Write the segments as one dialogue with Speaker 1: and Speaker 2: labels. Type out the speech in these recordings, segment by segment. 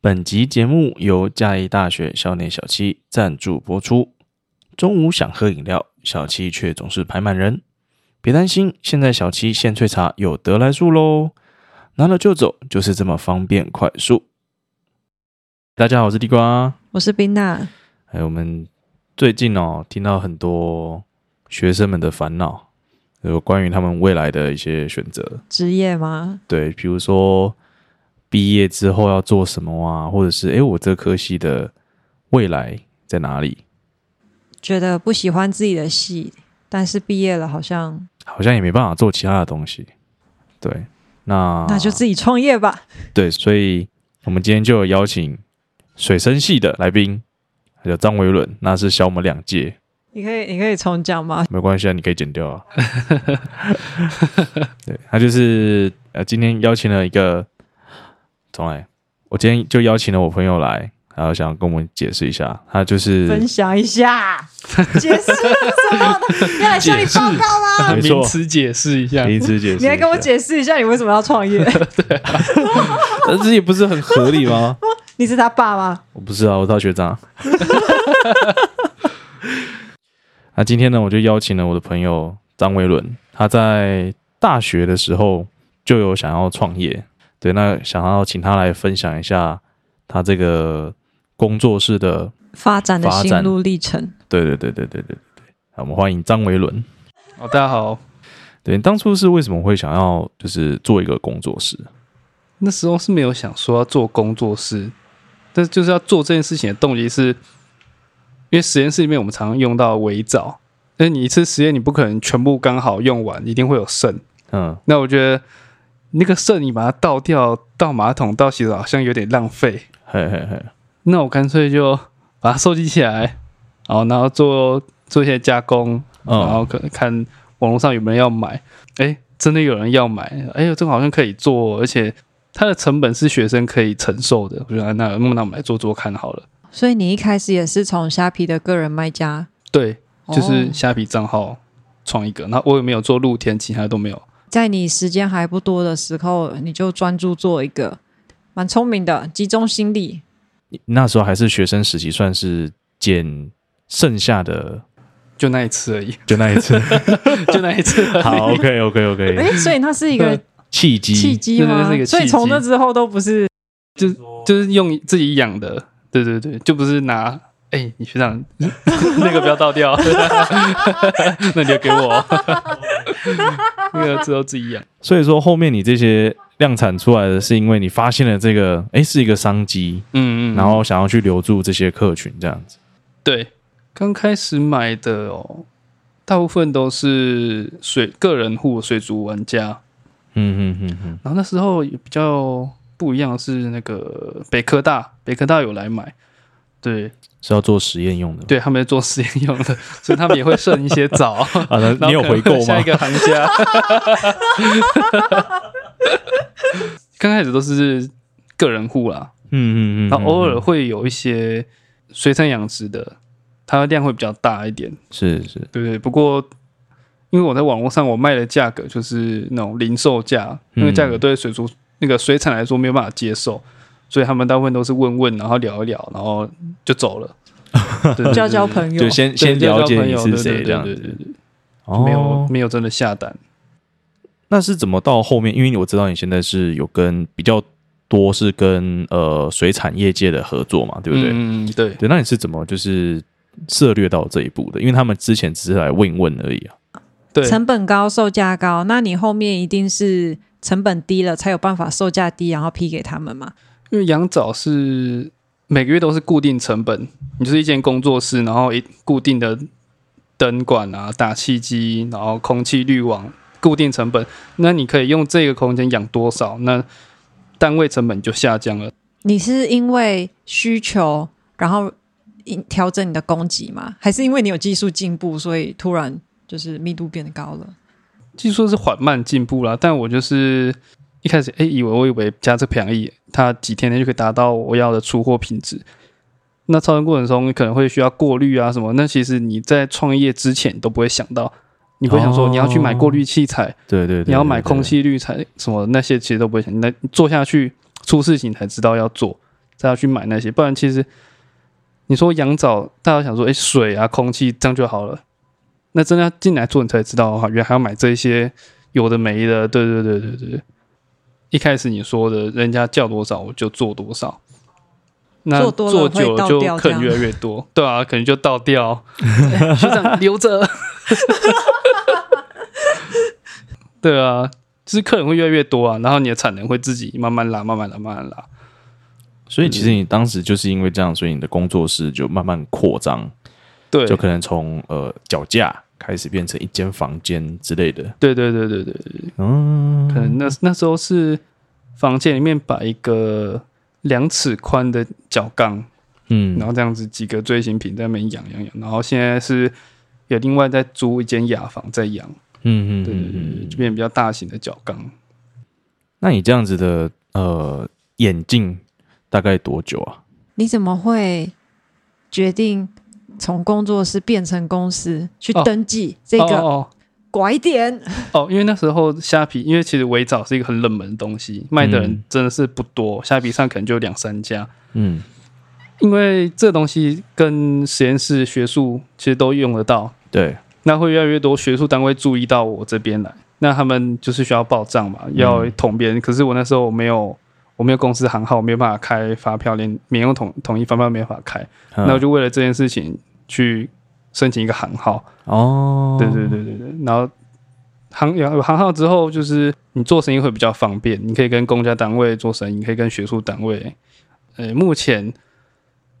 Speaker 1: 本集节目由嘉义大学校内小七赞助播出。中午想喝饮料，小七却总是排满人。别担心，现在小七现萃茶有得来速喽，拿了就走，就是这么方便快速。大家好，我是地瓜。
Speaker 2: 我是冰娜，
Speaker 1: 哎，我们最近哦，听到很多学生们的烦恼，有关于他们未来的一些选择。
Speaker 2: 职业吗？
Speaker 1: 对，比如说毕业之后要做什么啊，或者是诶，我这科系的未来在哪里？
Speaker 2: 觉得不喜欢自己的戏，但是毕业了好像
Speaker 1: 好像也没办法做其他的东西。对，那
Speaker 2: 那就自己创业吧。
Speaker 1: 对，所以我们今天就有邀请水生系的来宾，还有张维伦，那是小我们两届，
Speaker 2: 你可以，你可以重讲吗？
Speaker 1: 没关系啊，你可以剪 掉啊。对他就是呃，今天邀请了一个，重来，我今天就邀请了我朋友来，然后想跟我们解释一下，他就是
Speaker 2: 分享一下， 解释什么的？要来向你报告 吗？
Speaker 1: 没错
Speaker 3: 名词解释一下，
Speaker 1: 第一次解释，
Speaker 2: 你来跟我，解释一下，你为什么要创 业？
Speaker 1: 呃，这也不是很合理吗？
Speaker 2: 你是他爸吗？
Speaker 1: 我不是啊，我是他学长。 那今天呢，我就邀请了我的朋友张维伦，他在大学的时候就有想要创业，对，那想要请他来分享一下他这个工作室的，
Speaker 2: 发展的
Speaker 1: 发展
Speaker 2: 心路历程，
Speaker 1: 对对对对对对对对。好，我们欢迎张维伦。
Speaker 3: 哦，大家好，
Speaker 1: 对，你当初是为什么会想要就是做一个工作室？
Speaker 3: 那时候是没有想说要做工作室，但是就是要做这件事情的动机是，因为实验室里面我们常常用到围藻，但是你一次实验你不可能全部刚好用完，一定会有剩。
Speaker 1: 嗯，
Speaker 3: 那我觉得那个剩你把它倒掉，倒马桶、倒洗澡好像有点浪费，
Speaker 1: 嘿嘿嘿，
Speaker 3: 那我干脆就把它收集起来，哦，然后做做一些加工，然
Speaker 1: 嗯
Speaker 3: 后可能看网络上有没有人要买，哎，真的有人要买，哎呦，这个好像可以做，而且它的成本是学生可以承受的。我觉得啊那那我们来做做看好了。
Speaker 2: 所以你一开始也是从虾皮的个人卖家，
Speaker 3: 对，就
Speaker 2: 哦
Speaker 3: 是虾皮账号创一个，那我也没有做露天，其他都没有。
Speaker 2: 在你时间还不多的时候，你就专注做一个，蛮聪明的，集中心力，
Speaker 1: 你那时候还是学生时期，算是捡剩下的
Speaker 3: 就那一次而已，
Speaker 1: 就那一次。
Speaker 3: 就那一次而已。
Speaker 1: 好，OK OK OK，
Speaker 2: 哎，所以它是一个
Speaker 1: 契机
Speaker 2: 契机吗
Speaker 3: 对对对是一？个
Speaker 2: 所以
Speaker 3: 契机
Speaker 2: 从那之后都不是
Speaker 3: 就是用自己养的，对对对，就不是拿。哎、你学长， 那个不要倒掉， 那留给我。 那个只有自己养。
Speaker 1: 所以说后面你这些量产出来的是因为你发现了这个，哎，是一个商机，
Speaker 3: 嗯嗯，
Speaker 1: 然后想要去留住这些客群，这样子。
Speaker 3: 对，刚开始买的哦，大部分都是水个人户水族玩家。
Speaker 1: 嗯嗯嗯嗯，
Speaker 3: 然后那时候也比较不一样的是那个北科大，北科大有来买，对
Speaker 1: 是要做实验用的。
Speaker 3: 对，他们在做实验用的， 所以他们也会剩一 些藻。
Speaker 1: 啊，那你有回购
Speaker 3: 购下
Speaker 1: 吗
Speaker 3: 一？个行家。 刚开始都是个人户啦，
Speaker 1: 嗯嗯嗯，
Speaker 3: 然后偶尔
Speaker 1: 嗯
Speaker 3: 会有一些水产养殖的，它量会比较大一点。
Speaker 1: 是是，
Speaker 3: 对对，不过因为我在网络上我卖的价格就是那种零售价，那个价
Speaker 1: 嗯
Speaker 3: 格对水族那个水产来说没有办法接受，所以他们大部分都是问问，然后聊一聊，然后就 走了。对
Speaker 2: 交交朋友
Speaker 1: 就，先
Speaker 3: 对
Speaker 1: 先了解
Speaker 3: 交交朋
Speaker 1: 你
Speaker 3: 友
Speaker 1: 是谁
Speaker 3: 对对对
Speaker 1: 这样
Speaker 3: 对
Speaker 1: 子。
Speaker 3: 对对没有
Speaker 1: 哦，
Speaker 3: 没有真的下单。
Speaker 1: 那是怎么到后面？因为我知道你现在是有跟比较多是跟呃水产业界的合作嘛，对不对？
Speaker 3: 嗯，嗯嗯对。
Speaker 1: 对，那你是怎么就是涉略到这一步的？因为他们之前只是来问一问而已啊。
Speaker 3: 对，
Speaker 2: 成本高，售价高，那你后面一定是成本低了，才有办法售价低，然后批给他们嘛。
Speaker 3: 因为养藻是每个月都是固定成本，你就是一间工作室，然后一固定的灯管啊、打气机，然后空气滤网，固定成本。那你可以用这个空间养多少，那单位成本就下降了。
Speaker 2: 你是因为需求，然后因调整你的供给吗？还是因为你有技术进步，所以突然就是密度变高了？
Speaker 3: 技术是缓慢进步啦，但我就是一开始哎、诶以为我以为加这培养液，它几天内就可以达到我要的出货品质。那操作过程中可能会需要过滤啊什么，那其实你在创业之前你都不会想到，你不会想说
Speaker 1: 哦
Speaker 3: 你要去买过滤器材，
Speaker 1: 对对对，
Speaker 3: 你要买
Speaker 1: 对对
Speaker 3: 空气滤材什么那些，其实都不会想。那你做下去出事情才知道要做，再要去买那些，不然其实你说养藻，大家想说，哎、水啊、空气这样就好了，那真的要进来做，你才知道啊，原来还要买这些有的没的，对对对对对。一开始你说的，人家叫多少我就做多少，那
Speaker 2: 做多了
Speaker 3: 做
Speaker 2: 会
Speaker 3: 久了
Speaker 2: 倒
Speaker 3: 就
Speaker 2: 掉
Speaker 3: 可
Speaker 2: 这
Speaker 3: 能
Speaker 2: 样
Speaker 3: 越来越多，对啊，可能就倒掉，学长留着。对啊，就是客人会越来越多啊，然后你的产能会自己慢慢拉、慢慢拉、慢慢拉。
Speaker 1: 所以其
Speaker 3: 嗯
Speaker 1: 实你当时就是因为这样，所以你的工作室就慢慢扩张，
Speaker 3: 对，
Speaker 1: 就可能从呃脚架开始变成一间房间之类的。
Speaker 3: 对对对对对对，
Speaker 1: 嗯，
Speaker 3: 可能那那时候是房间里面摆一个两尺宽的角缸，
Speaker 1: 嗯
Speaker 3: 然后这样子几个锥形瓶在那边养养养，然后现在是有另外再租一间雅房在养，
Speaker 1: 嗯嗯
Speaker 3: 对对对，
Speaker 1: 嗯
Speaker 3: 对就
Speaker 1: 嗯。
Speaker 3: 变比较大型的角缸。
Speaker 1: 那你这样子的呃眼镜大概多久啊？
Speaker 2: 你怎么会决定从工作室变成公司去
Speaker 3: 哦
Speaker 2: 登记这
Speaker 3: 哦
Speaker 2: 个
Speaker 3: 哦
Speaker 2: 拐点？
Speaker 3: 哦，因为那时候虾皮，因为其实围藻是一个很冷门的东西，卖的人
Speaker 1: 嗯
Speaker 3: 真的是不多，虾皮上可能就有两三家。
Speaker 1: 嗯
Speaker 3: 因为这东西跟实验室学术其实都用得到，
Speaker 1: 对，
Speaker 3: 那会越来越多学术单位注意到我这边来，那他们就是需要报账
Speaker 1: 嗯
Speaker 3: 嘛，要统编。可是我那时候我没有，我没有公司行号，我没有办法开发票，连免用统统一发票没办法开。
Speaker 1: 嗯
Speaker 3: 那我就为了这件事情去申请一个行号，
Speaker 1: 哦，
Speaker 3: 对对对对对，然后。行有有行号之后，就是你做生意会比较方便，你可以跟公家单位做生意，你可以跟学术单位。呃，目前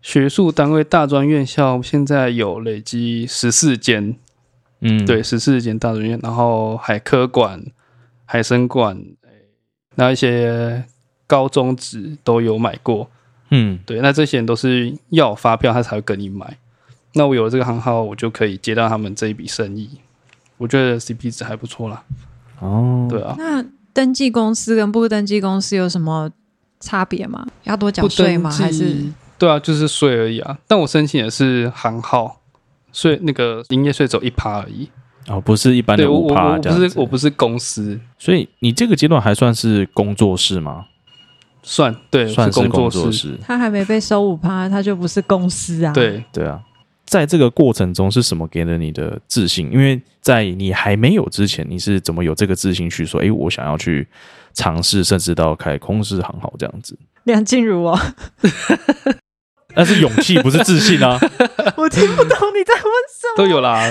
Speaker 3: 学术单位大专院校现在有累积十四间，
Speaker 1: 嗯
Speaker 3: 对，十四间大专院，然后海科馆、海参馆，哎那一些高中职都有买过。
Speaker 1: 嗯
Speaker 3: 对，那这些人都是要有发票他才会跟你买。那我有了这个行号，我就可以接到他们这一笔生意。我觉得 CP 值还不错啦。
Speaker 1: 哦，
Speaker 3: 对啊，
Speaker 2: 那登记公司跟不登记公司有什么差别吗？要多缴
Speaker 3: 不
Speaker 2: 税
Speaker 3: 登
Speaker 2: 吗？还是
Speaker 3: 记对啊，就是税而已啊。但我申请的是行号，税那个营业税只有一趴而已。
Speaker 1: 哦，不是一般
Speaker 3: 对
Speaker 1: 的
Speaker 3: 我
Speaker 1: 五
Speaker 3: 我
Speaker 1: 趴
Speaker 3: 我
Speaker 1: 这
Speaker 3: 不
Speaker 1: 样
Speaker 3: 是
Speaker 1: 子
Speaker 3: 我，不是公司，
Speaker 1: 所以你这个阶段还算是工作室吗？
Speaker 3: 算对
Speaker 1: 算
Speaker 3: 是
Speaker 1: 工
Speaker 3: 工
Speaker 1: 作
Speaker 3: 作
Speaker 1: 室，
Speaker 2: 他还没被收五趴，他就不是公司啊？，
Speaker 3: 对，
Speaker 1: 对啊，在这个过程中是什么给了你的自信？因为在你还没有之前，你是怎么有这个自信去说，诶，我想要去尝试，甚至到开空式行号这样子？
Speaker 2: 梁静茹 哦，
Speaker 1: 但是勇气不是自信啊，
Speaker 2: 我听不懂你在问什么。
Speaker 3: 都有啦。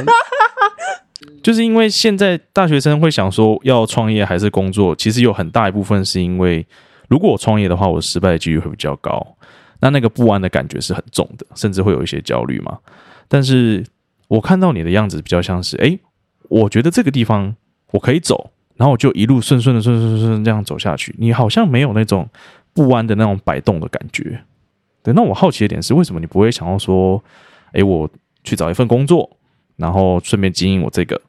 Speaker 1: 就是因为现在大学生会想说要创业还是工作，其实有很大一部分是因为，如果我创业的话，我失败的几率会比较高，那那个不安的感觉是很重的，甚至会有一些焦虑嘛。但是我看到你的样子比较像是，诶，我觉得这个地方我可以走，然后我就一路顺顺的顺顺顺顺这样走下去，你好像没有那种不安的那种摆动的感觉。对，那我好奇的点是，为什么你不会想要说，诶，我去找一份工作，然后顺便经营我这个，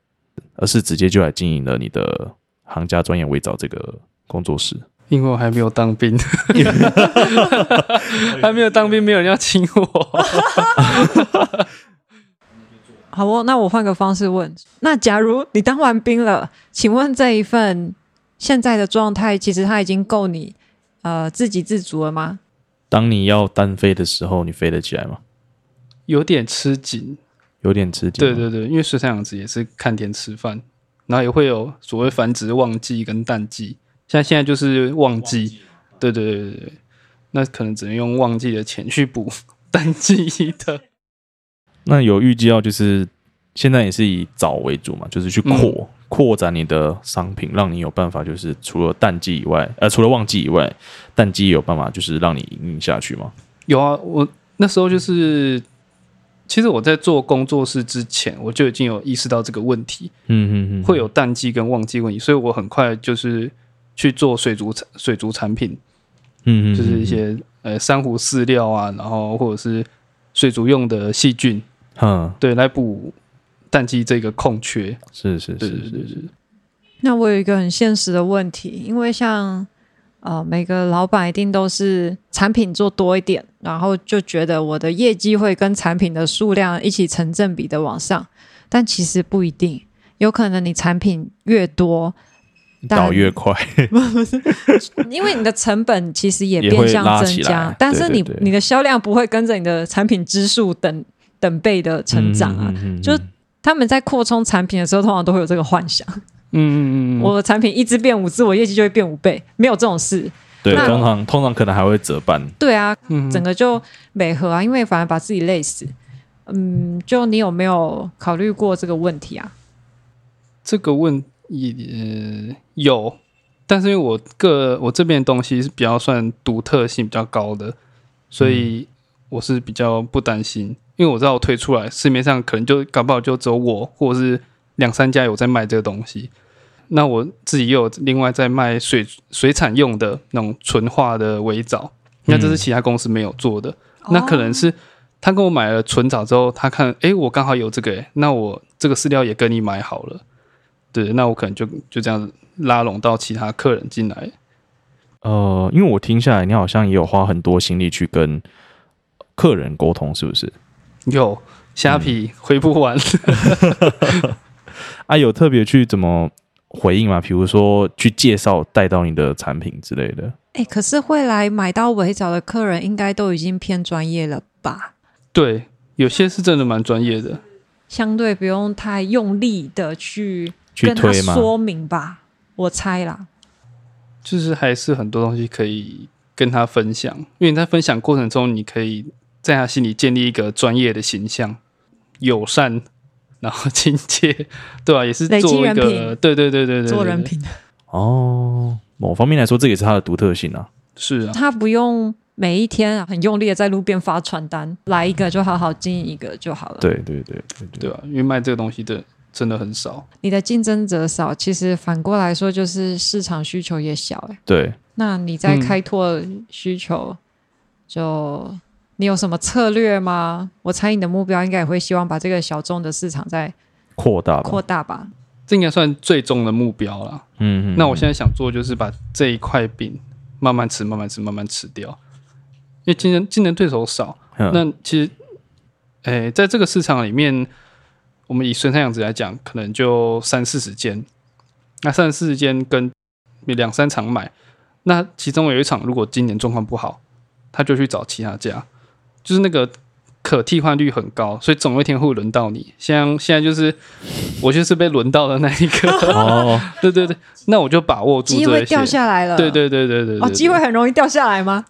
Speaker 1: 而是直接就来经营了你的行家专业伪造这个工作室。
Speaker 3: 因为我还没有当 兵，还没有当兵，没有人要请 我。
Speaker 2: 好哦，那我换个方式问，那假如你当完兵了，请问这一份现在的状态，其实它已经够你呃自给自足了吗？
Speaker 1: 当你要单飞的时候，你飞得起来吗？
Speaker 3: 有点吃紧，
Speaker 1: 有点吃惊。
Speaker 3: 对，对对，因为水产养殖也是看天吃饭，然后也会有所谓繁殖旺季跟淡季，像现在就是旺季，对对对对对，那可能只能用旺季的钱去补淡季的，
Speaker 1: 那有预计到就是现在也是以找为主嘛，就是去扩、
Speaker 3: 嗯
Speaker 1: 扩展你的商品，让你有办法就是除了淡季以外，呃，除了旺季以外，淡季也有办法就是让你营运下去嘛。
Speaker 3: 有啊，我那时候就是，其实我在做工作室之前，我就已经有意识到这个问题，
Speaker 1: 嗯嗯嗯，
Speaker 3: 会有淡季跟旺季问题，所以我很快就是去做水族产水族产品，
Speaker 1: 嗯，嗯嗯，
Speaker 3: 就是一些呃珊瑚饲料啊，然后或者是水族用的细菌，
Speaker 1: 嗯，
Speaker 3: 对，来补淡季这个空缺。
Speaker 1: 是是
Speaker 3: 对对
Speaker 1: 是，
Speaker 3: 对对，
Speaker 2: 那我有一个很现实的问题，因为像呃每个老板一定都是产品做多一点，然后就觉得我的业绩会跟产品的数量一起成正比的往上，但其实不一定，有可能你产品越多，但
Speaker 1: 倒越快，
Speaker 2: 因为你的成本其实也
Speaker 1: 也
Speaker 2: 变
Speaker 1: 会
Speaker 2: 相
Speaker 1: 拉
Speaker 2: 增
Speaker 1: 起
Speaker 2: 加
Speaker 1: 来，
Speaker 2: 但是
Speaker 1: 对对
Speaker 2: 你
Speaker 1: 对
Speaker 2: 你的销量不会跟着你的产品支数等等倍的成长啊。
Speaker 1: 嗯，嗯嗯嗯
Speaker 2: 就他们在扩充产品的时候，通常都会有这个幻想：
Speaker 3: 嗯嗯嗯，
Speaker 2: 我的产品一直变五只，我业绩就会变五倍。没有这种事，
Speaker 1: 对，
Speaker 2: 那
Speaker 1: 通常通常可能还会折半，
Speaker 2: 对啊，
Speaker 3: 嗯
Speaker 2: 整个就美和啊，因为反而把自己累死。嗯，就你有没有考虑过这个问题啊？
Speaker 3: 这个问也、呃有，但是因为我个我这边的东西是比较算独特性比较高的，所以我是比较不担心，因为我知道我推出来市面上可能就搞不好就只有我或者是两三家有在卖这个东西。那我自己又有另外在卖水水产用的那种纯化的微藻，那这是其他公司没有做的。那可
Speaker 2: 哦
Speaker 3: 能是他跟我买了纯藻之后，他看，诶，我刚好有这个、诶，那我这个饲料也跟你买好了，对，那我可能就就这样子拉拢到其他客人进来，
Speaker 1: 呃，因为我听下来，你好像也有花很多心力去跟客人沟通，是不是？
Speaker 3: 有虾皮回不完，
Speaker 1: 啊，有特别去怎么回应吗？比如说去介绍带到你的产品之类的。
Speaker 2: 哎、可是会来买到围藻的客人，应该都已经偏专业了吧？
Speaker 3: 对，有些是真的蛮专业的，
Speaker 2: 相对不用太用力的去
Speaker 1: 去
Speaker 2: 跟他
Speaker 1: 推吗？
Speaker 2: 说明吧，我猜啦。
Speaker 3: 就是还是很多东西可以跟他分享，因为你在分享过程中，你可以在他心里建立一个专业的形象，友善。然后 亲切，对吧、也是
Speaker 2: 累积
Speaker 3: 做一
Speaker 2: 人
Speaker 3: 个，
Speaker 2: 品
Speaker 3: 对对对对对，对
Speaker 2: 做人， 品，
Speaker 1: 哦，某方面来说，这也是它的独特性啊。
Speaker 3: 是啊，
Speaker 2: 他不用每一天啊很用力的在路边发传单，来一个就好好经营一个就好了。
Speaker 1: 对对对对
Speaker 3: 对吧、因为卖这个东西的真的很少，
Speaker 2: 你的竞争者少，其实反过来说就是市场需求也小、欸。
Speaker 1: 对，
Speaker 2: 那你在
Speaker 3: 嗯
Speaker 2: 开拓需求，就你有什么策略吗？我猜你的目标应该也会希望把这个小众的市场再
Speaker 1: 扩大吧。
Speaker 2: 扩大吧。
Speaker 3: 这应该算最终的目标啦。
Speaker 1: 嗯嗯。
Speaker 3: 那我现在想做就是把这一块饼慢慢吃、慢慢吃、慢慢吃掉，因为竞争竞争对手少。
Speaker 2: 嗯
Speaker 1: 在
Speaker 3: 那其实，诶、在这个市场里面，我们以水产养殖来讲，可能就三四十间，那三四十间跟两三场买，那其中有一场如果今年状况不好，他就去找其他家，就是那个可替换率很高，所以总有一天会轮到你。像现在就是我就是被轮到的那一 个，
Speaker 1: 哦，
Speaker 3: 对对对，那我就把握住
Speaker 2: 机
Speaker 3: 这
Speaker 2: 会
Speaker 3: 一
Speaker 2: 掉
Speaker 3: 些。
Speaker 2: 下来了，
Speaker 3: 对对对对对
Speaker 2: 哦，
Speaker 3: 对，
Speaker 2: 机会很容易掉下来吗？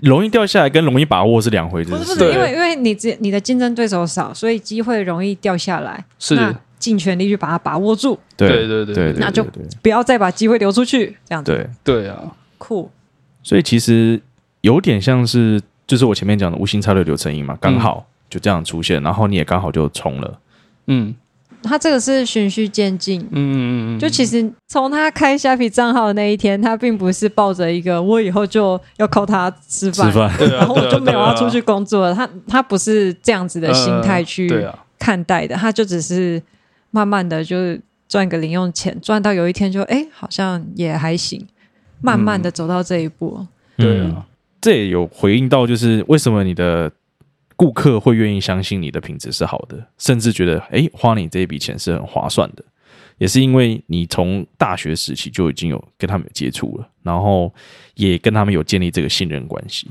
Speaker 1: 容易掉下来跟容易把握是两回
Speaker 2: 不
Speaker 1: 事。
Speaker 2: 是不
Speaker 1: 不
Speaker 2: 是，
Speaker 3: 对
Speaker 2: 因为因为你只你的竞争对手少，所以机会容易掉下来。
Speaker 3: 是
Speaker 2: 那尽全力去把它把握住，
Speaker 1: 对
Speaker 3: 对对对
Speaker 1: 对，
Speaker 3: 对
Speaker 1: 对
Speaker 2: 那就
Speaker 1: 对
Speaker 2: 不要再把机会留出去。这样子
Speaker 1: 对。
Speaker 3: 对啊，
Speaker 2: 酷，
Speaker 1: 所以其实有点像是，就是我前面讲的无心插柳柳成荫嘛，
Speaker 2: 嗯
Speaker 1: 刚好就这样出现，然后你也刚好就冲了。
Speaker 3: 嗯
Speaker 2: 它这个是循序渐进。
Speaker 3: 嗯嗯嗯嗯，
Speaker 2: 就其实从他开虾皮账号的那一天，他并不是抱着一个我以后就要靠他吃
Speaker 1: 吃
Speaker 2: 饭，
Speaker 1: 饭，
Speaker 3: 对啊，
Speaker 2: 然后我
Speaker 3: 对啊
Speaker 2: 就没有
Speaker 3: 对啊
Speaker 2: 要出去呃工作了。他他不是这样子的心态
Speaker 3: 对
Speaker 2: 去
Speaker 3: 啊，
Speaker 2: 看待的，他就只是慢慢的就是赚个零用钱，赚到有一天就哎好像也还行，慢慢的走到这一步。
Speaker 3: 对
Speaker 1: 嗯
Speaker 3: 啊，
Speaker 1: 这也有回应到，就是为什么你的顾客会愿意相信你的品质是好的，甚至觉得诶花你这一笔钱是很划算的，也是因为你从大学时期就已经有跟他们有接触了，然后也跟他们有建立这个信任关系。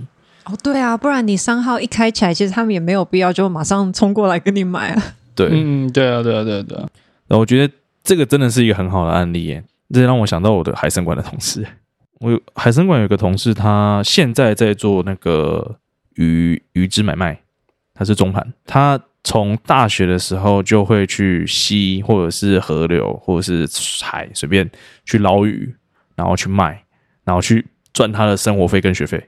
Speaker 2: 哦，对啊，不然你商号一开起来，其实他们也没有必要就马上冲过来跟你买啊。
Speaker 1: 对，
Speaker 3: 嗯嗯，对啊，对啊，对啊，对啊，
Speaker 1: 然后我觉得这个真的是一个很好的案例耶，这让我想到我的海参馆的同事。我有海参馆有一个同事，他现在在做那个鱼鱼汁买卖，他是中盘。他从大学的时候就会去溪或者是河流或者是海随便去捞鱼，然后去卖，然后去赚他的生活费跟学费。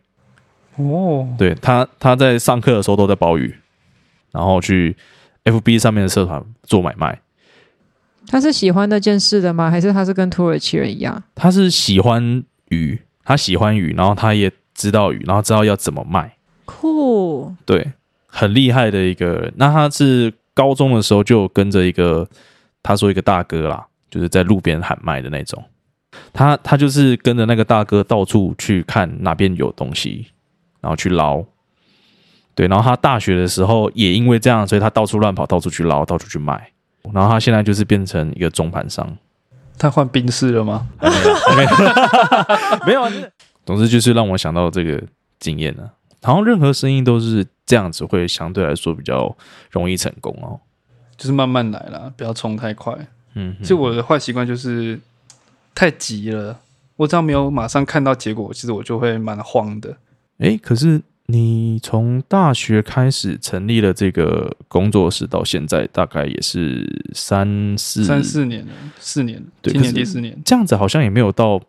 Speaker 3: 哦，
Speaker 1: 对他，他在上课的时候都在包鱼，然后去 FB 上面的社团做买卖。
Speaker 2: 他是喜欢那件事的吗？还是他是跟土耳其人一样？
Speaker 1: 他是喜欢鱼，他喜欢鱼，然后他也知道鱼，然后知道要怎么卖，
Speaker 2: 酷，
Speaker 1: 对，很厉害的一个人。那他是高中的时候就有跟着一个，他说一个大哥啦，就是在路边喊卖的那种。他他就是跟着那个大哥到处去看哪边有东西，然后去捞。对，然后他大学的时候也因为这样，所以他到处乱跑，到处去捞，到处去卖。然后他现在就是变成一个中盘商，
Speaker 3: 他换冰室了吗？
Speaker 1: 还没有还没有没有啊。就是总之就是让我想到这个经验呢、啊，好像任何生意都是这样子，会相对来说比较容易成功哦。
Speaker 3: 就是慢慢来啦，不要冲太快。
Speaker 1: 嗯哼，
Speaker 3: 其实我的坏习惯就是太急了，我只要没有马上看到结果，其实我就会蛮慌的。
Speaker 1: 诶，可是你从大学开始成立了这个工作室，到现在大概也是三四
Speaker 3: 三四年了，四年了，
Speaker 1: 对
Speaker 3: 今年
Speaker 1: 可
Speaker 3: 第
Speaker 1: 是
Speaker 3: 四年，
Speaker 1: 这样子好像也没有到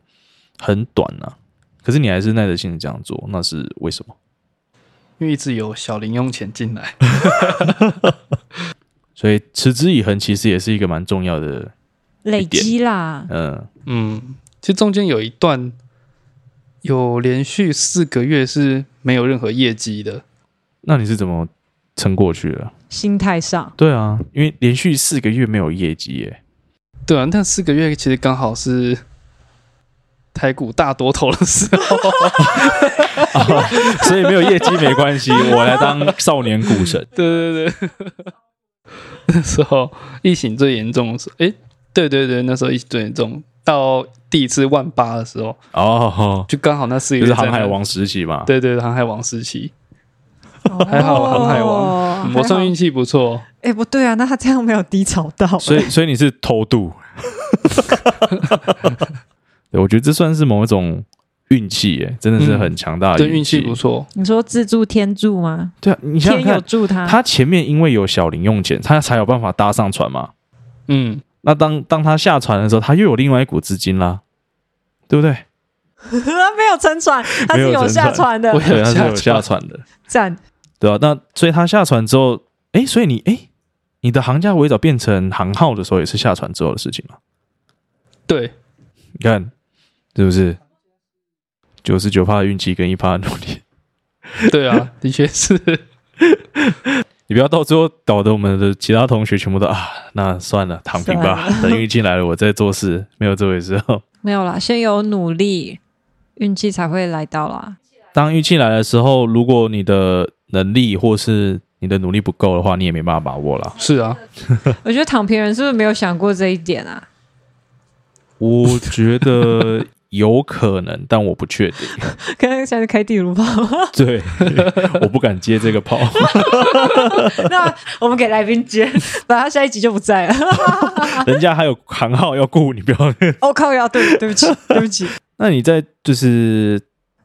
Speaker 1: 很短啊。可是你还是耐着性子这样做，那是为什么？
Speaker 3: 因为一直有小零用钱进来。
Speaker 1: 所以持之以恒其实也是一个蛮重要的，
Speaker 2: 累积啦，
Speaker 1: 嗯，
Speaker 3: 嗯，其实中间有一段有连续四个月是没有任何业绩的，
Speaker 1: 那你是怎么撑过去的？
Speaker 2: 心态上
Speaker 1: 对啊，因为连续四个月没有业绩耶，
Speaker 3: 对啊，但四个月其实刚好是台股大多头的时候，
Speaker 1: 所以没有业绩没关 系，我来当少年股神。
Speaker 3: 对对对，那时候疫情最严重的时候，诶，对对对，那时候疫情最严重，到第一次万八的时候，
Speaker 1: 哦，
Speaker 3: 就刚好那四个
Speaker 1: 就
Speaker 3: 月
Speaker 1: 是
Speaker 3: 在
Speaker 1: 航
Speaker 3: 那
Speaker 1: 海，王时期嘛。
Speaker 3: 对对，航海王时期，
Speaker 2: 还
Speaker 3: 哦还好航海王嗯我算运
Speaker 2: 哎
Speaker 3: 气不错，、
Speaker 2: 诶不对啊，那他这样没有低潮到，
Speaker 1: 所以所以你是偷 渡。对，我觉得这算是某一种运气耶，真的是很强大的
Speaker 3: 对，运气不。错，
Speaker 2: 你说自助天助吗？
Speaker 1: 对啊，你想
Speaker 2: 天
Speaker 1: 想
Speaker 2: 有
Speaker 1: 看，
Speaker 2: 助他，
Speaker 1: 他前面因为有小零用钱，他才有办法搭上船嘛。
Speaker 3: 嗯，
Speaker 1: 那当当他下船的时候，他又有另外一股资金啦，对不对？
Speaker 2: 他 没有 沉船，他
Speaker 1: 没
Speaker 2: 是
Speaker 1: 有沉
Speaker 2: 下
Speaker 1: 船
Speaker 2: 船的
Speaker 3: 我，
Speaker 1: 对，他是有
Speaker 3: 下
Speaker 1: 下
Speaker 3: 船
Speaker 1: 船的，
Speaker 2: 赞，
Speaker 1: 对啊，那所以他下船之后，哎，所以你哎，你的行价围找变成行号的时候，也是下船之后的事情嘛？
Speaker 3: 对，
Speaker 1: 你看是不是？九十九趴的运气跟一趴的努力，
Speaker 3: 对啊，的确是，
Speaker 1: 你不要到最后搞得我们的其他同学全部都啊，那算了，躺平吧， 等运气来了我再做事，没有这回事哦。
Speaker 2: 没有啦，先有努力，运气才会来 到啦。
Speaker 1: 当运气来的时候，如果你的能力或是你的努力不够的话，你也没办法把握了。
Speaker 3: 是啊，
Speaker 2: 我觉得躺平人是不是没有想过这一点 啊？
Speaker 1: 我觉得有可能，但我不确定。
Speaker 2: 刚刚想开地炉炮，
Speaker 1: 对，我不敢接这个炮。
Speaker 2: 那我们给来宾 接，反正他下一集就不在了。
Speaker 1: 人家还有行号要顾，你不要。
Speaker 2: 哦靠呀，对对不 起，对不起，
Speaker 1: 那你在就是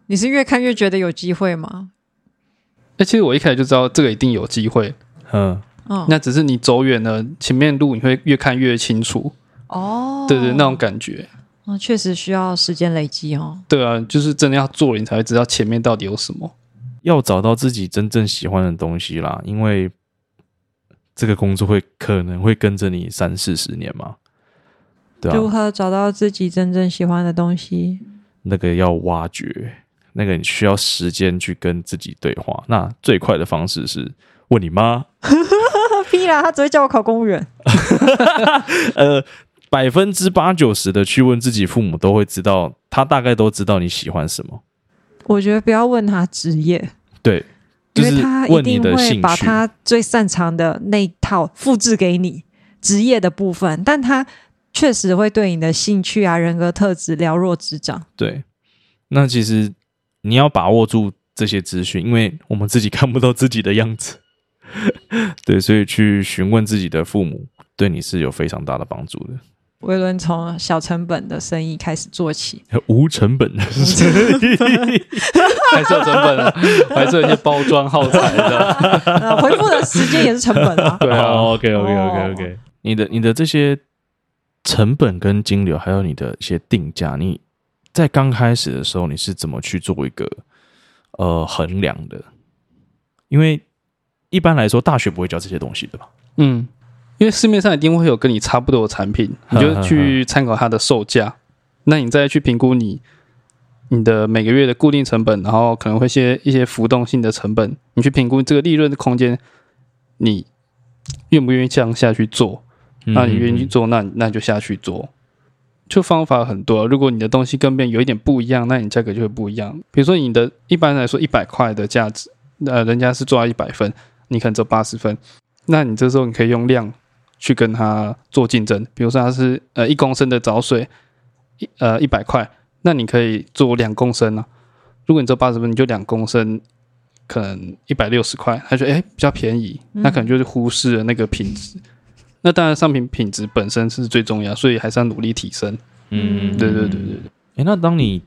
Speaker 2: 你是越看越觉得有机会吗？
Speaker 3: 哎、其实我一开始就知道这个一定有机会，
Speaker 1: 嗯，
Speaker 2: 嗯，
Speaker 3: 那只是你走远了，前面路你会越看越清楚，
Speaker 2: 哦，
Speaker 3: 对对，那种感觉，
Speaker 2: 哦确实需要时间累积哦。
Speaker 3: 对啊，就是真的要做了，你才会知道前面到底有什么。
Speaker 1: 要找到自己真正喜欢的东西啦，因为这个工作会可能会跟着你三四十年嘛，对
Speaker 2: 如
Speaker 1: 啊，
Speaker 2: 何找到自己真正喜欢的东西？
Speaker 1: 那个要挖掘，那个你需要时间去跟自己对话。那最快的方式是问你妈，
Speaker 2: 他屁啦，他只会叫我考公务员。
Speaker 1: 呃，百分之八九十的去问自己父母，都会知道，他大概都知道你喜欢什么，
Speaker 2: 我觉得不要问他职业，
Speaker 1: 对，就
Speaker 2: 因为
Speaker 1: 是
Speaker 2: 他一
Speaker 1: 问你
Speaker 2: 定
Speaker 1: 的
Speaker 2: 会
Speaker 1: 兴
Speaker 2: 把
Speaker 1: 趣。
Speaker 2: 他最擅长的那一套复制给你职业的部分，但他确实会对你的兴趣啊、人格特质了若指掌。
Speaker 1: 对，那其实你要把握住这些资讯，因为我们自己看不到自己的样子。 对，所以去询问自己的父母，对你是有非常大的帮助的，
Speaker 2: 维伦从小成本的生意开始做 起，
Speaker 1: 无成本的生意。
Speaker 3: 还是有成本的，还是有一些包装耗材的。
Speaker 2: 呃，回复的时间也是成本 啊。哦
Speaker 3: 对啊，
Speaker 1: ，OK OK OK OK，、你的你的这些成本跟金流，还有你的一些定价，你在刚开始的时候，你是怎么去做一个呃衡量的？因为一般来说，大学不会教这些东西的吧？
Speaker 3: 嗯，因为市面上一定会有跟你差不多的产品，你就去参考它的售价，那你再去评估你你的每个月的固定成本，然后可能会一些一些浮动性的成本，你去评估这个利润的空间，你愿不愿意这样下去做？
Speaker 1: 嗯
Speaker 3: 那你愿意
Speaker 1: 做？
Speaker 3: 做，那你那你就下去做。就方法很多，啊如果你的东西跟别人有一点不一样，那你价格就会不一样。比如说你的一般来说一百块的价值，呃，人家是做到一百分，你可能只有八十分，那你这时候你可以用量去跟他做竞争。比如说他是呃一公升的藻水，一呃一百块，那你可以做两公升啊。如果你做八十分，你就两公升，可能一百六十块，他觉得哎、诶比较便宜，
Speaker 2: 嗯
Speaker 3: 那可能就是忽视了那个品质。那当然，商品品质本身是最重要，所以还是要努力提升。
Speaker 2: 嗯
Speaker 3: 对对对对对。
Speaker 1: 哎，那当你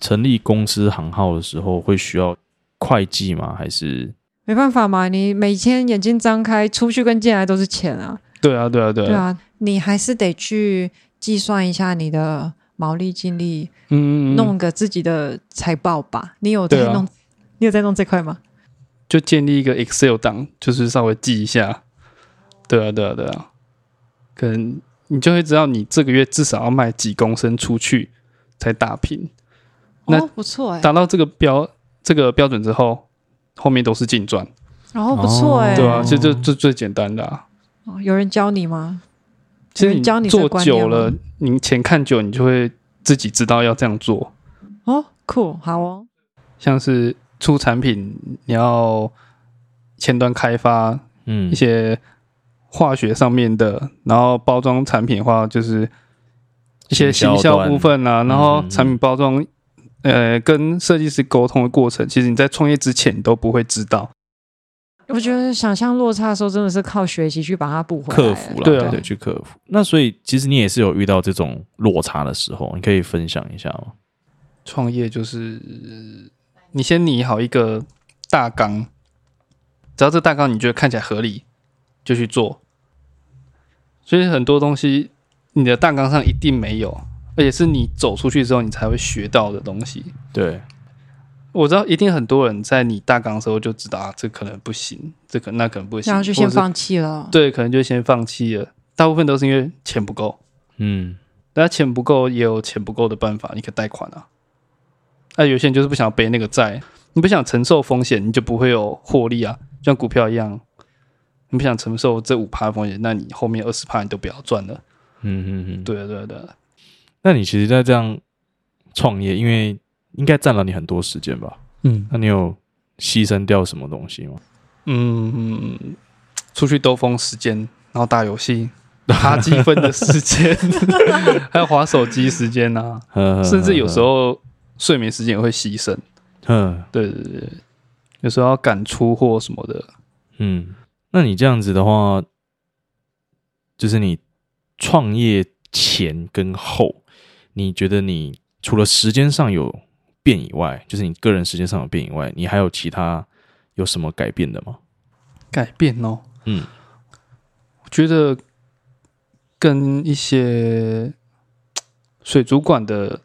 Speaker 1: 成立公司行号的时候，会需要会计吗？还是
Speaker 2: 没办法嘛，你每天眼睛张开，出去跟进来都是钱啊，
Speaker 3: 对啊，对啊，对
Speaker 2: 对
Speaker 3: 啊，
Speaker 2: 啊，你还是得去计算一下你的毛利、净利，
Speaker 3: 嗯，嗯嗯
Speaker 2: 弄个自己的财报吧。你有在
Speaker 3: 对啊
Speaker 2: 弄？你有在弄这块吗？
Speaker 3: 就建立一个 Excel 档，就是稍微记一下。对啊，对啊，对啊，可能你就会知道你这个月至少要卖几公升出去才打平，那
Speaker 2: 哦，不错哎、
Speaker 3: 达到这个标这个标准之后，后面都是净赚，
Speaker 2: 哦，不错哎、
Speaker 1: 哦
Speaker 3: 对啊，其实这这最简单的啊。
Speaker 2: 哦有人教你吗？
Speaker 3: 其
Speaker 2: 有人教
Speaker 3: 实
Speaker 2: 你这
Speaker 3: 做
Speaker 2: 个观念
Speaker 3: 久了
Speaker 2: 吗，
Speaker 3: 你钱看久，你就会自己知道要这样做。
Speaker 2: 哦，酷，好哦，
Speaker 3: 像是出产品，你要前端开发，
Speaker 1: 嗯
Speaker 3: 一些化学上面的，然后包装产品的话，就是一些
Speaker 1: 行
Speaker 3: 行
Speaker 1: 销
Speaker 3: 销
Speaker 1: 端嗯
Speaker 3: 部分啊，然后产品包装，呃，跟设计师沟通的过程，其实你在创业之前你都不会知道。
Speaker 2: 我觉得想象落差的时候，真的是靠学习去把它补回来。
Speaker 1: 克服了？
Speaker 3: 对啊
Speaker 1: 对，去克服。那所以其实你也是有遇到这种落差的时候，你可以分享一下吗？
Speaker 3: 创业就是呃你先拟好一个大纲，只要这大纲你觉得看起来合理，就去做。所以很多东西你的大纲上一定没有，而且是你走出去之后你才会学到的东西。
Speaker 1: 对，
Speaker 3: 我知道一定很多人在你大纲的时候就知道啊，这可能不行，这可那可能不行，
Speaker 2: 然后就先
Speaker 3: 或者是
Speaker 2: 放弃了。
Speaker 3: 对，可能就先放弃了。大部分都是因为钱不够，
Speaker 1: 嗯，
Speaker 3: 那钱不够也有钱不够的办法，你可以贷款啊。那、有些人就是不想背那个债，你不想承受风险，你就不会有获利啊，就像股票一样，你不想承受这五趴风险，那你后面二十趴你都不要赚了。
Speaker 1: 嗯嗯嗯，。
Speaker 3: 对啊对啊对啊，
Speaker 1: 那你其实，在这样创业，因为应该占了你很多时间吧？
Speaker 3: 嗯
Speaker 1: 那你有牺牲掉什么东西吗？
Speaker 3: 嗯嗯，出去兜风时间，然后打游戏、爬积分的时间， 还有划手机时间呐、
Speaker 1: 呵呵
Speaker 3: 啊，甚至有时，候睡眠时间也会牺牲。
Speaker 1: 嗯
Speaker 3: 对对对，对有时候要赶出货什么的，
Speaker 1: 嗯，那你这样子的话，就是你创业前跟后，你觉得你除了时间上有变以外，就是你个人时间上有变以外，你还有其他有什么改变的吗？
Speaker 3: 改变哦。
Speaker 1: 嗯，
Speaker 3: 我觉得跟一些水族馆的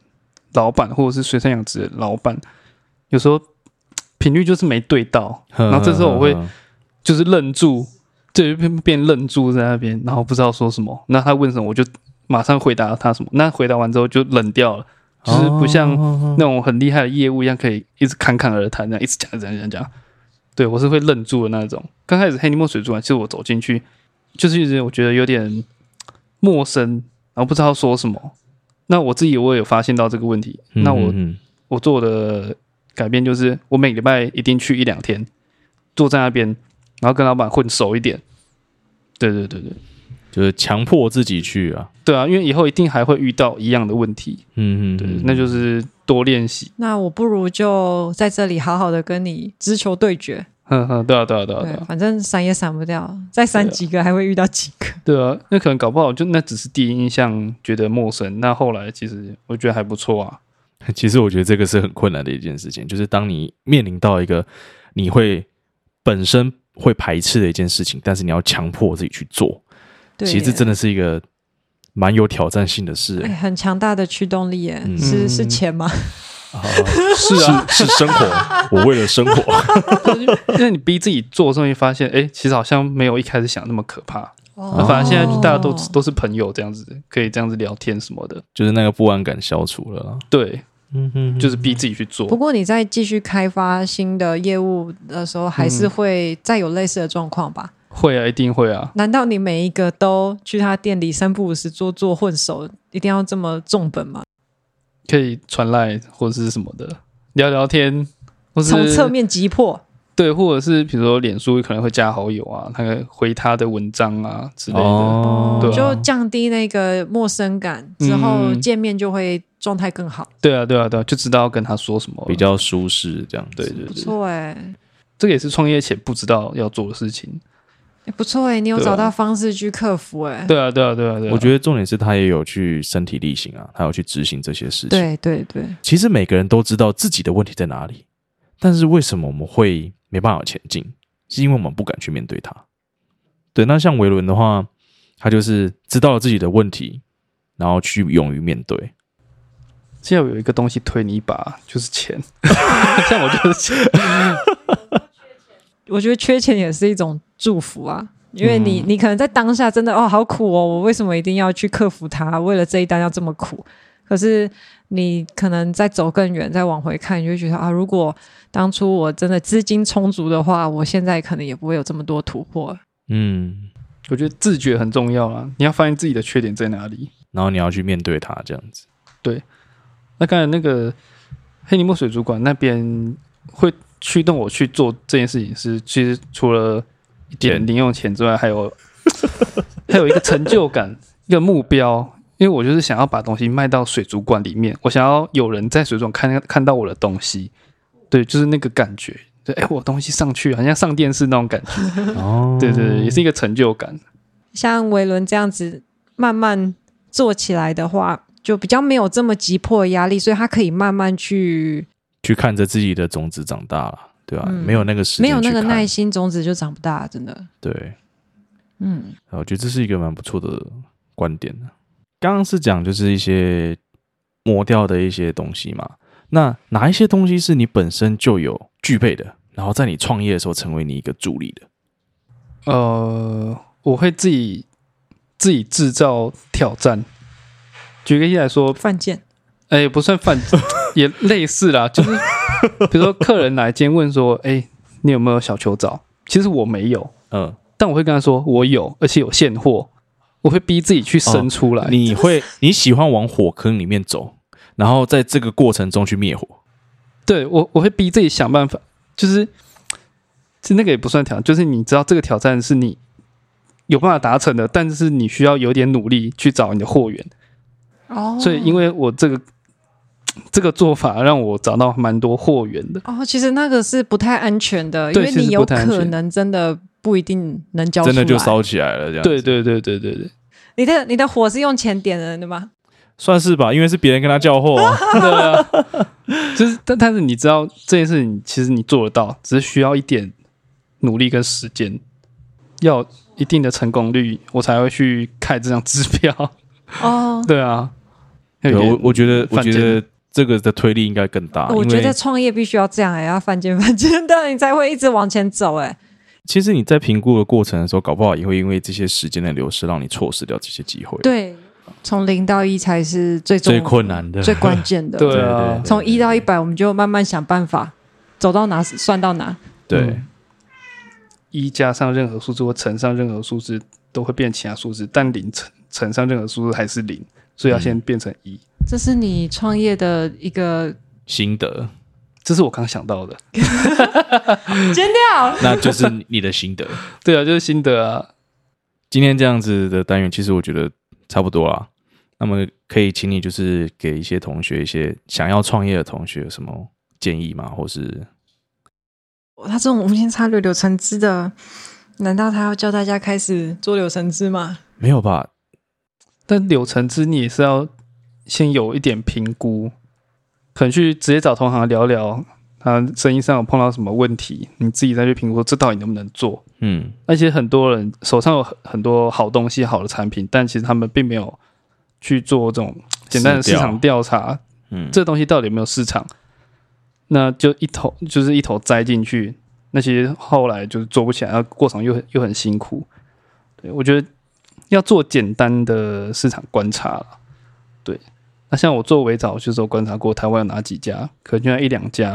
Speaker 3: 老板或者是水产养殖的老板，有时候频率就是没对到，
Speaker 1: 嗯
Speaker 3: 然后这时候我会
Speaker 1: 呵呵
Speaker 3: 就是愣住，对，变变愣住在那边，然后不知道说什么。那他问什么，我就马上回答他什么。那回答完之后就冷掉了，就是不像
Speaker 1: 哦
Speaker 3: 那种很厉害的业务一样，可以一直侃侃而谈，这样一直讲讲讲讲。对我是会愣住的那种。刚开始黑泥墨水族馆，其实我走进去，就是一直我觉得有点陌生，然后不知道说什么。那我自己我也有发现到这个问题，那我
Speaker 1: 嗯嗯
Speaker 3: 我做的改变就是，我每礼拜一定去一两天，坐在那边，然后跟老板混熟一点。对对对对，
Speaker 1: 嗯就是强迫自己去啊，
Speaker 3: 对啊，因为以后一定还会遇到一样的问题，
Speaker 1: 嗯嗯，
Speaker 3: 对，
Speaker 1: 嗯
Speaker 3: 那就是多练习。
Speaker 2: 那我不如就在这里好好的跟你直球对决，
Speaker 3: 哼哼，对啊，对啊，对啊，
Speaker 2: 对，
Speaker 3: 对啊，
Speaker 2: 反正闪也闪不掉，再闪几个还会遇到几个。
Speaker 3: 对啊，那可能搞不好就那只是第一印象觉得陌生，那后来其实我觉得还不错啊。
Speaker 1: 其实我觉得这个是很困难的一件事情，就是当你面临到一个你会本身会排斥的一件事情，但是你要强迫自己去做，
Speaker 2: 对耶，
Speaker 1: 其实这真的是一个蛮有挑战性的事、
Speaker 2: 哎，很强大的驱动力耶，
Speaker 1: 嗯
Speaker 2: 是是钱吗？
Speaker 1: 是啊，是生活，我为了生活，
Speaker 3: 因为你逼自己做的时候，你会发现，哎，其实好像没有一开始想那么可怕。
Speaker 2: 哦
Speaker 3: 反正现在就大家都都是朋友，这样子可以这样子聊天什么的。
Speaker 1: 就是那个不安感消除了啦。
Speaker 3: 对，
Speaker 1: 嗯哼
Speaker 3: 就是逼自己去做。
Speaker 2: 不过你在继续开发新的业务的时候，还
Speaker 3: 嗯
Speaker 2: 是会再有类似的状况吧？
Speaker 3: 会啊，一定会啊。
Speaker 2: 难道你每一个都去他店里三不五时做做混熟，一定要这么重本吗？
Speaker 3: 可以传赖或者是什么的聊聊天，或是
Speaker 2: 从侧面击破，
Speaker 3: 对，或者是比如说脸书可能会加好友啊，他会回他的文章啊之类的。
Speaker 1: 哦
Speaker 3: 对啊
Speaker 2: 就降低那个陌生感，之后
Speaker 3: 嗯
Speaker 2: 见面就会状态更好。
Speaker 3: 对啊，对啊，对啊，就知道要跟他说什么了。
Speaker 1: 比较舒适这样子。
Speaker 3: 对对
Speaker 2: 不
Speaker 3: 对，
Speaker 2: 错哎、
Speaker 3: 这个也是创业前不知道要做的事情。
Speaker 2: 欸不错哎、你有
Speaker 3: 对啊
Speaker 2: 找到方式去克服哎、
Speaker 3: 对啊，对啊，对啊，对啊。
Speaker 1: 我觉得重点是他也有去身体力行啊，他有去执行这些事情。，
Speaker 2: 对对对，
Speaker 1: 其实每个人都知道自己的问题在哪里，但是为什么我们会没办法前进？是因为我们不敢去面对它。对，那像维伦的话，他就是知道了自己的问题，然后去勇于面对。
Speaker 3: 现在有一个东西推你一把，就是 钱。像我就是钱，
Speaker 2: 我觉得缺钱也是一种祝福啊，因为你、你可能在当下真的哦好苦哦，我为什么一定要去克服它？为了这一单要这么苦？可是你可能再走更远，再往回看，你就会觉得啊，如果当初我真的资金充足的话，我现在可能也不会有这么多突破。
Speaker 1: 嗯，
Speaker 3: 我觉得自觉很重要啊。你要发现自己的缺点在哪里。
Speaker 1: 然后你要去面对它，这样子。
Speaker 3: 那刚才那个黑尼墨水主管那边会驱动我去做这件事情是，其实除了一点
Speaker 1: 钱
Speaker 3: 零用钱之外，还有还有一个成就感，一个目标。因为我就是想要把东西卖到水族馆里面，我想要有人在水族馆看看到我的东西，对，就是那个感觉，就哎、我东西上去，好像上电视那种感觉，
Speaker 1: 哦，
Speaker 3: 对对对，也是一个成就感。
Speaker 2: 像维伦这样子慢慢做起来的话，就比较没有这么急迫的压力，所以他可以慢慢去，
Speaker 1: 去看着自己的种子长大了，对吧、
Speaker 2: 嗯
Speaker 1: 没有那个时间，
Speaker 2: 没有那个耐。心，种子就长不大，真的。
Speaker 1: 对，
Speaker 2: 嗯，
Speaker 1: 啊我觉得这是一个蛮不错的观点啊刚刚是讲就是一些磨掉的一些东西嘛，那哪一些东西是你本身就有具备的，然后在你创业的时候成为你一个助力的？
Speaker 3: 呃，我会自己自己制造挑战。举个例来说，
Speaker 2: 犯贱，
Speaker 3: 哎、不 算犯，也类似啦，就是比如说客人来今天问说，哎、你有没有小球藻？其实我没有，
Speaker 1: 嗯，
Speaker 3: 但我会跟他说我有，而且有现货，我会逼自己去生出来。
Speaker 1: 哦你会你喜欢往火坑里面走，然后在这个过程中去灭火。
Speaker 3: 对我，我会逼自己想办法，就是是那个也不算挑战，就是你知道这个挑战是你有办法达成的，但是你需要有点努力去找你的货源。
Speaker 2: 哦
Speaker 3: 所以因为我这个这个做法让我找到蛮多货源的。
Speaker 2: 哦，其实那个是不太安全的，因
Speaker 3: 对
Speaker 2: 为
Speaker 3: 其
Speaker 2: 你
Speaker 3: 实
Speaker 2: 有
Speaker 3: 不太安全
Speaker 2: 可能真的不一定能交出来。
Speaker 1: 真的就烧起来了，这样子
Speaker 3: 对对对对对对，
Speaker 2: 你的你的火是用钱点燃的吗？
Speaker 1: 算是吧，因为是别人跟他叫货、啊。
Speaker 3: 对啊，就是但但是你知道这件事情，其实你做得到，只是需要一点努力跟时间，要有一定的成功率，我才会去看这张支票。
Speaker 2: 哦，
Speaker 3: 对啊，
Speaker 1: 对，我我觉得我
Speaker 3: 犯
Speaker 1: 觉
Speaker 3: 贱
Speaker 1: 得这个的推力应该更大，
Speaker 2: 我
Speaker 1: 因
Speaker 2: 觉
Speaker 1: 为
Speaker 2: 得创业必须要这样哎、要犯贱 犯贱的，你才会一直往前走哎、
Speaker 1: 其实你在评估的过程的时候，搞不好也会因为这些时间的流失，让你错失掉这些机会。，
Speaker 2: 对，从零到一才是最重
Speaker 1: 最困难的，
Speaker 2: 最关键的。
Speaker 3: 对啊
Speaker 2: 从一到一百，我们就慢慢想办法，走到哪算到哪。
Speaker 1: 对
Speaker 3: 嗯一加上任何数字或乘上任何数字都会变其他数字，但零乘乘上任何数字还是零，所以要先变成一。
Speaker 2: 这是你创业的一 个
Speaker 1: 心得，
Speaker 3: 这是我刚想到的。
Speaker 2: 剪掉。
Speaker 1: 那就是你的心得。
Speaker 3: 对啊，就是心得啊。
Speaker 1: 今天这样子的单元，其实我觉得差不多啦。那么可以请你就是给一些同学一些想要创业的同学有什么建议吗？或是嗯
Speaker 2: 他这种无心插柳柳橙汁的，难道他要教大家开始做柳橙汁吗？
Speaker 1: 没有吧？
Speaker 3: 但柳橙汁你也是要先有一点评估，可能去直接找同行聊聊，他生意上有碰到什么问题，你自己再去评估这到底能不能做。
Speaker 1: 嗯，
Speaker 3: 而且很多人手上有很很多好东西、好的产品，但其实他们并没有去做这种简单的市场调查，
Speaker 1: 嗯，
Speaker 3: 这东西到底有没有市场，那就一头就是一头栽进去，那其实后来就是做不起来，然后过程又很又很辛苦。对，我觉得要做简单的市场观察啦对，那像我做围藻，就是有观察过台湾有哪几家，可能就那一两家，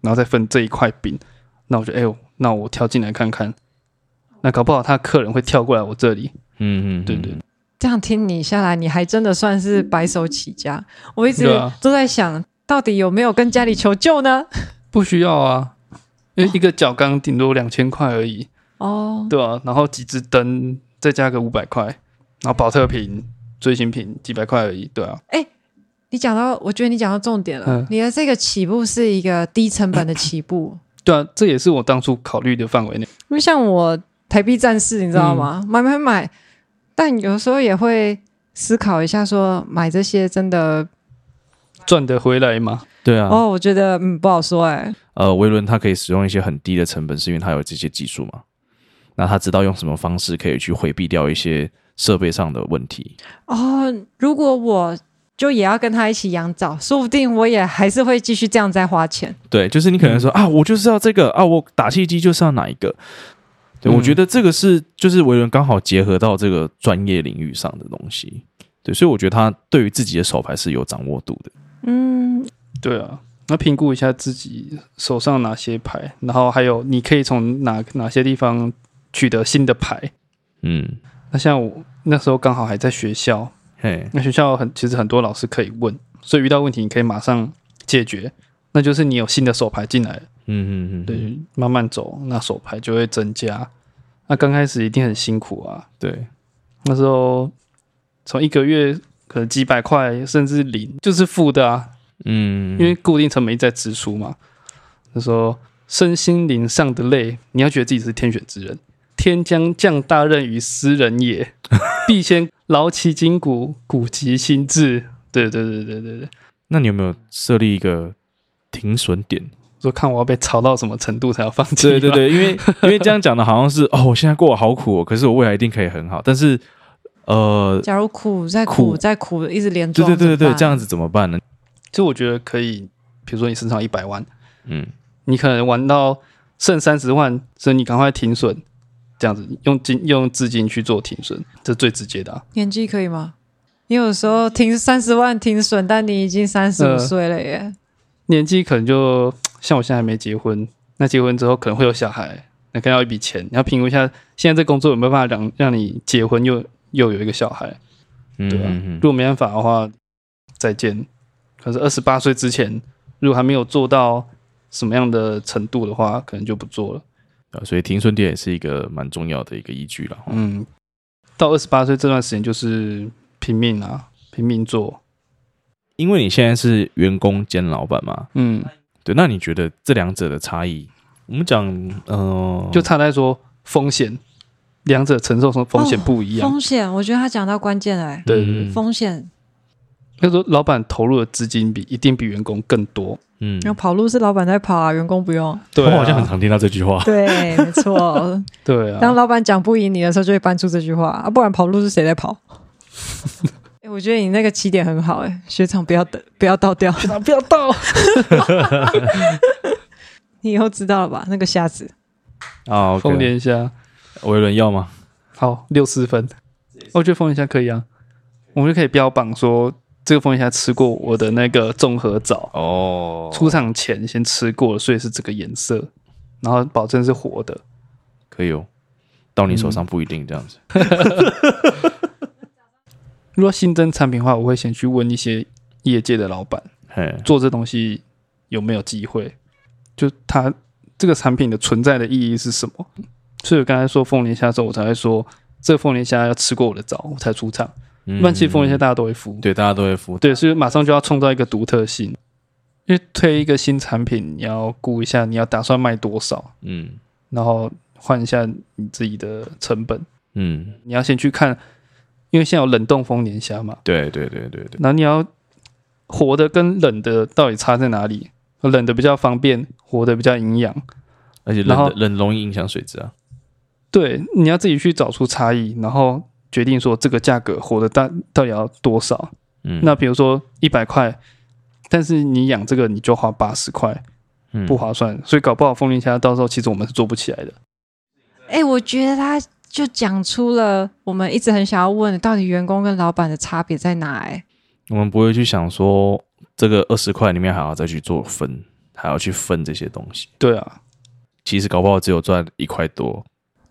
Speaker 3: 然后再分这一块饼。那我觉得，哎呦，那我跳进来看看，那搞不好他客人会跳过来我这里。
Speaker 1: 嗯嗯，嗯
Speaker 3: 对对，
Speaker 2: 这样听你下来，你还真的算是白手起家。我一直
Speaker 3: 对啊
Speaker 2: 都在想，到底有没有跟家里求救呢？
Speaker 3: 不需要啊，因为一个角缸顶多两千块而已，
Speaker 2: 哦，
Speaker 3: 对啊，然后几支灯再加个五百块，然后保特瓶、锥形瓶几百块而已，对啊，
Speaker 2: 你讲到，我觉得你讲到重点了。
Speaker 3: 嗯
Speaker 2: 你的这个起步是一个低成本的起 步，
Speaker 3: 对啊，这也是我当初考虑的范围内。
Speaker 2: 因为像我台币战士，你知道吗？买买买，但有时候也会思考一下说买这些真的、
Speaker 3: 赚得回来吗？
Speaker 1: 对啊，
Speaker 2: 哦，我觉得嗯不好说哎、
Speaker 1: 呃，维伦它可以使用一些很低的成本，是因为它有这些技术嘛。那他知道用什么方式可以去回避掉一些设备上的问题。
Speaker 2: 哦，如果我就也要跟他一起养藻，说不定我也还是会继续这样再花钱。
Speaker 1: 对，就是你可能说、啊，我就是要这个啊，我打气机就是要哪一个。对，
Speaker 3: 嗯
Speaker 1: 我觉得这个是就是维伦刚好结合到这个专业领域上的东西。对，所以我觉得他对于自己的手牌是有掌握度的。
Speaker 2: 嗯，
Speaker 3: 对啊，那评估一下自己手上哪些牌，然后还有你可以从哪哪些地方取得新的牌。
Speaker 1: 嗯，
Speaker 3: 那像我那时候刚好还在学校，
Speaker 1: 嘿，
Speaker 3: 那学校很其实很多老师可以问，所以遇到问题你可以马上解决。那就是你有新的手牌进来，
Speaker 1: 嗯嗯嗯，
Speaker 3: 对，慢慢走，那手牌就会增加。那刚开始一定很辛苦啊，
Speaker 1: 对，
Speaker 3: 那时候从一个月可能几百块甚至零，就是负的啊，
Speaker 1: 嗯，
Speaker 3: 因为固定成本一直在支出嘛。他说身心灵上的累，你要觉得自己是天选之人，天将降大任于斯人也，必先劳其筋骨，鼓其心志。对对对对对对，
Speaker 1: 那你有没有设立一个停损点？
Speaker 3: 说看我要被吵到什么程度才要放弃。
Speaker 1: 对对，对，因为 因为这样讲的好像是哦，我现在过得好苦、哦，可是我未来一定可以很好。但是，呃，
Speaker 2: 假如苦再苦
Speaker 1: 苦
Speaker 2: 再苦，一直连
Speaker 1: 对对
Speaker 2: 撞，
Speaker 1: 对对
Speaker 2: 怎么
Speaker 1: 对，
Speaker 2: 办
Speaker 1: 这样子怎么办呢？
Speaker 3: 就我觉得可以，比如说你身上一百万，
Speaker 1: 嗯，
Speaker 3: 你可能玩到剩三十万，所以你赶快停损，这样子用金用资金去做停损，这最直接的、啊。
Speaker 2: 年纪可以吗？你有时候停三十万停损，但你已经三十五
Speaker 3: 呃
Speaker 2: 岁了耶。
Speaker 3: 年纪可能就像我现在还没结婚，那结婚之后可能会有小孩，那可能要一笔钱，你要评估一下现在这工作有没有办法让让你结婚又又有一个小孩，
Speaker 1: 嗯
Speaker 3: 对啊，
Speaker 1: 嗯
Speaker 3: 如果没办法的话，再见。可是二十八岁之前，如果还没有做到什么样的程度的话，可能就不做了。
Speaker 1: 啊所以停损点也是一个蛮重要的一个依据了。嗯，
Speaker 3: 嗯，到二十八岁这段时间就是拼命啊，拼命做。
Speaker 1: 因为你现在是员工兼老板嘛，
Speaker 3: 嗯，
Speaker 1: 对，那你觉得这两者的差异？我们讲，呃，
Speaker 3: 就差在说风险，两者承受风风险不一样。
Speaker 2: 哦风险，我觉得他讲到关键了耶、
Speaker 3: 对对对
Speaker 1: 嗯
Speaker 2: 风险，
Speaker 3: 那时候老板投入的资金比一定比员工更多。
Speaker 1: 嗯，
Speaker 2: 然后跑路是老板在跑啊，员工 不用。
Speaker 3: 对
Speaker 1: 我好像很常听到这句话。
Speaker 2: 对，没 错。
Speaker 3: 对啊，
Speaker 2: 当老板讲不赢你的时候，就会搬出这句话啊，不然跑路是谁在 跑？哎我觉得你那个起点很好、哎，学长不要等，不要倒掉，
Speaker 3: 不要到
Speaker 2: 你以后知道了吧？那个瞎子，
Speaker 1: 啊，
Speaker 3: 风
Speaker 1: OK，
Speaker 3: 连虾，
Speaker 1: 维伦要吗？
Speaker 3: 好六四分，我觉得风连虾可以啊，我们就可以标榜说这个风连虾吃过我的那个综合枣，
Speaker 1: 哦，
Speaker 3: 出厂前先吃过了，所以是这个颜色，然后保证是活的。
Speaker 1: 可以哦，到你手上不一定这样子。
Speaker 3: 如果新增产品的话，我会先去问一些业界的老板，
Speaker 1: 嘿，
Speaker 3: 做这东西有没有机会，就它这个产品的存在的意义是什么。所以我刚才说凤梨虾的时候，我才会说这凤梨虾要吃过我的枣，我才出厂。不然其实凤梨虾
Speaker 1: 大，
Speaker 3: 大家都会敷，
Speaker 1: 嗯对，大家都会服。
Speaker 3: 对，所以马上就要创造一个独特性。因为推一个新产品，你要估一下你要打算卖多少，
Speaker 1: 嗯
Speaker 3: 然后换一下你自己的成本。
Speaker 1: 嗯，
Speaker 3: 你要先去看，因为现在有冷冻丰年虾嘛，
Speaker 1: 对对对对对，
Speaker 3: 然后你要活的跟冷的到底差在哪里？冷的比较方便，活的比较营养。
Speaker 1: 而且
Speaker 3: 然后
Speaker 1: 冷冷容易影响水质啊。
Speaker 3: 对，你要自己去找出差异，然后决定说这个价格活的大到底要多少。
Speaker 1: 嗯，
Speaker 3: 那比如说一百块，但是你养这个你就花八十块，
Speaker 1: 嗯那
Speaker 3: 不划算。所以搞不好风铃虾到时候其实我们是做不起来的。
Speaker 2: 哎、我觉得他就讲出了我们一直很想要问的，到底员工跟老板的差别在哪、哎，
Speaker 1: 我们不会去想说这个二十块里面还要再去做分，还要去分这些东西。
Speaker 3: 对啊，
Speaker 1: 其实搞不好只有赚一块多，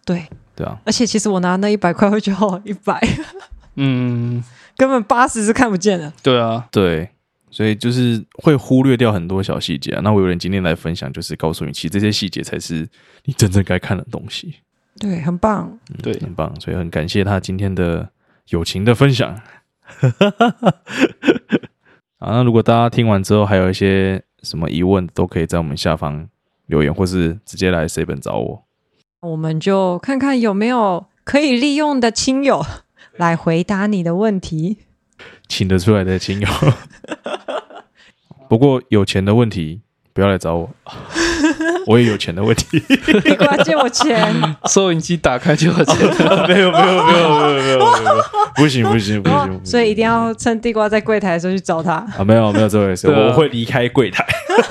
Speaker 2: 对，
Speaker 1: 对啊，
Speaker 2: 而且其实我拿那一百块，我觉得哦，一百
Speaker 3: 嗯，
Speaker 2: 根本八十是看不见的。
Speaker 3: 对啊，
Speaker 1: 对。所以就是会忽略掉很多小细节啊。那我有人今天来分享，就是告诉你，其实这些细节才是你真正该看的东西。
Speaker 2: 对，很棒。
Speaker 3: 对
Speaker 1: 嗯很棒，所以很感谢他今天的友情的分享。 啊，那如果大家听完之后还有一些什么疑问，都可以在我们下方留言，或是直接来 C 本找我。
Speaker 2: 我们就看看有没有可以利用的亲友来回答你的问题。
Speaker 1: 请得出来的亲友。 不过有钱的问题不要来找我， 我也有钱的问题。
Speaker 2: 你过来借我 钱，
Speaker 3: 收音机打开就有钱 了。
Speaker 1: 没有没有没有没有没有，不行不行不行不行，
Speaker 2: 哦所以一定要趁地瓜在柜台的时候去找他。
Speaker 1: 啊，没有没有这回事，
Speaker 3: 对啊
Speaker 1: 我会离开柜台。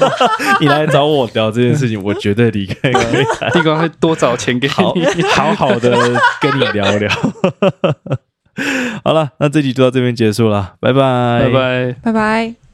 Speaker 1: 你来找我聊这件事情，我绝对离开柜台，
Speaker 3: 地瓜会多找钱给
Speaker 1: 好
Speaker 3: 你。
Speaker 1: 好好的跟你聊 聊。好了，那这集就到这边结束了，拜拜，
Speaker 3: 拜拜。
Speaker 2: 拜拜。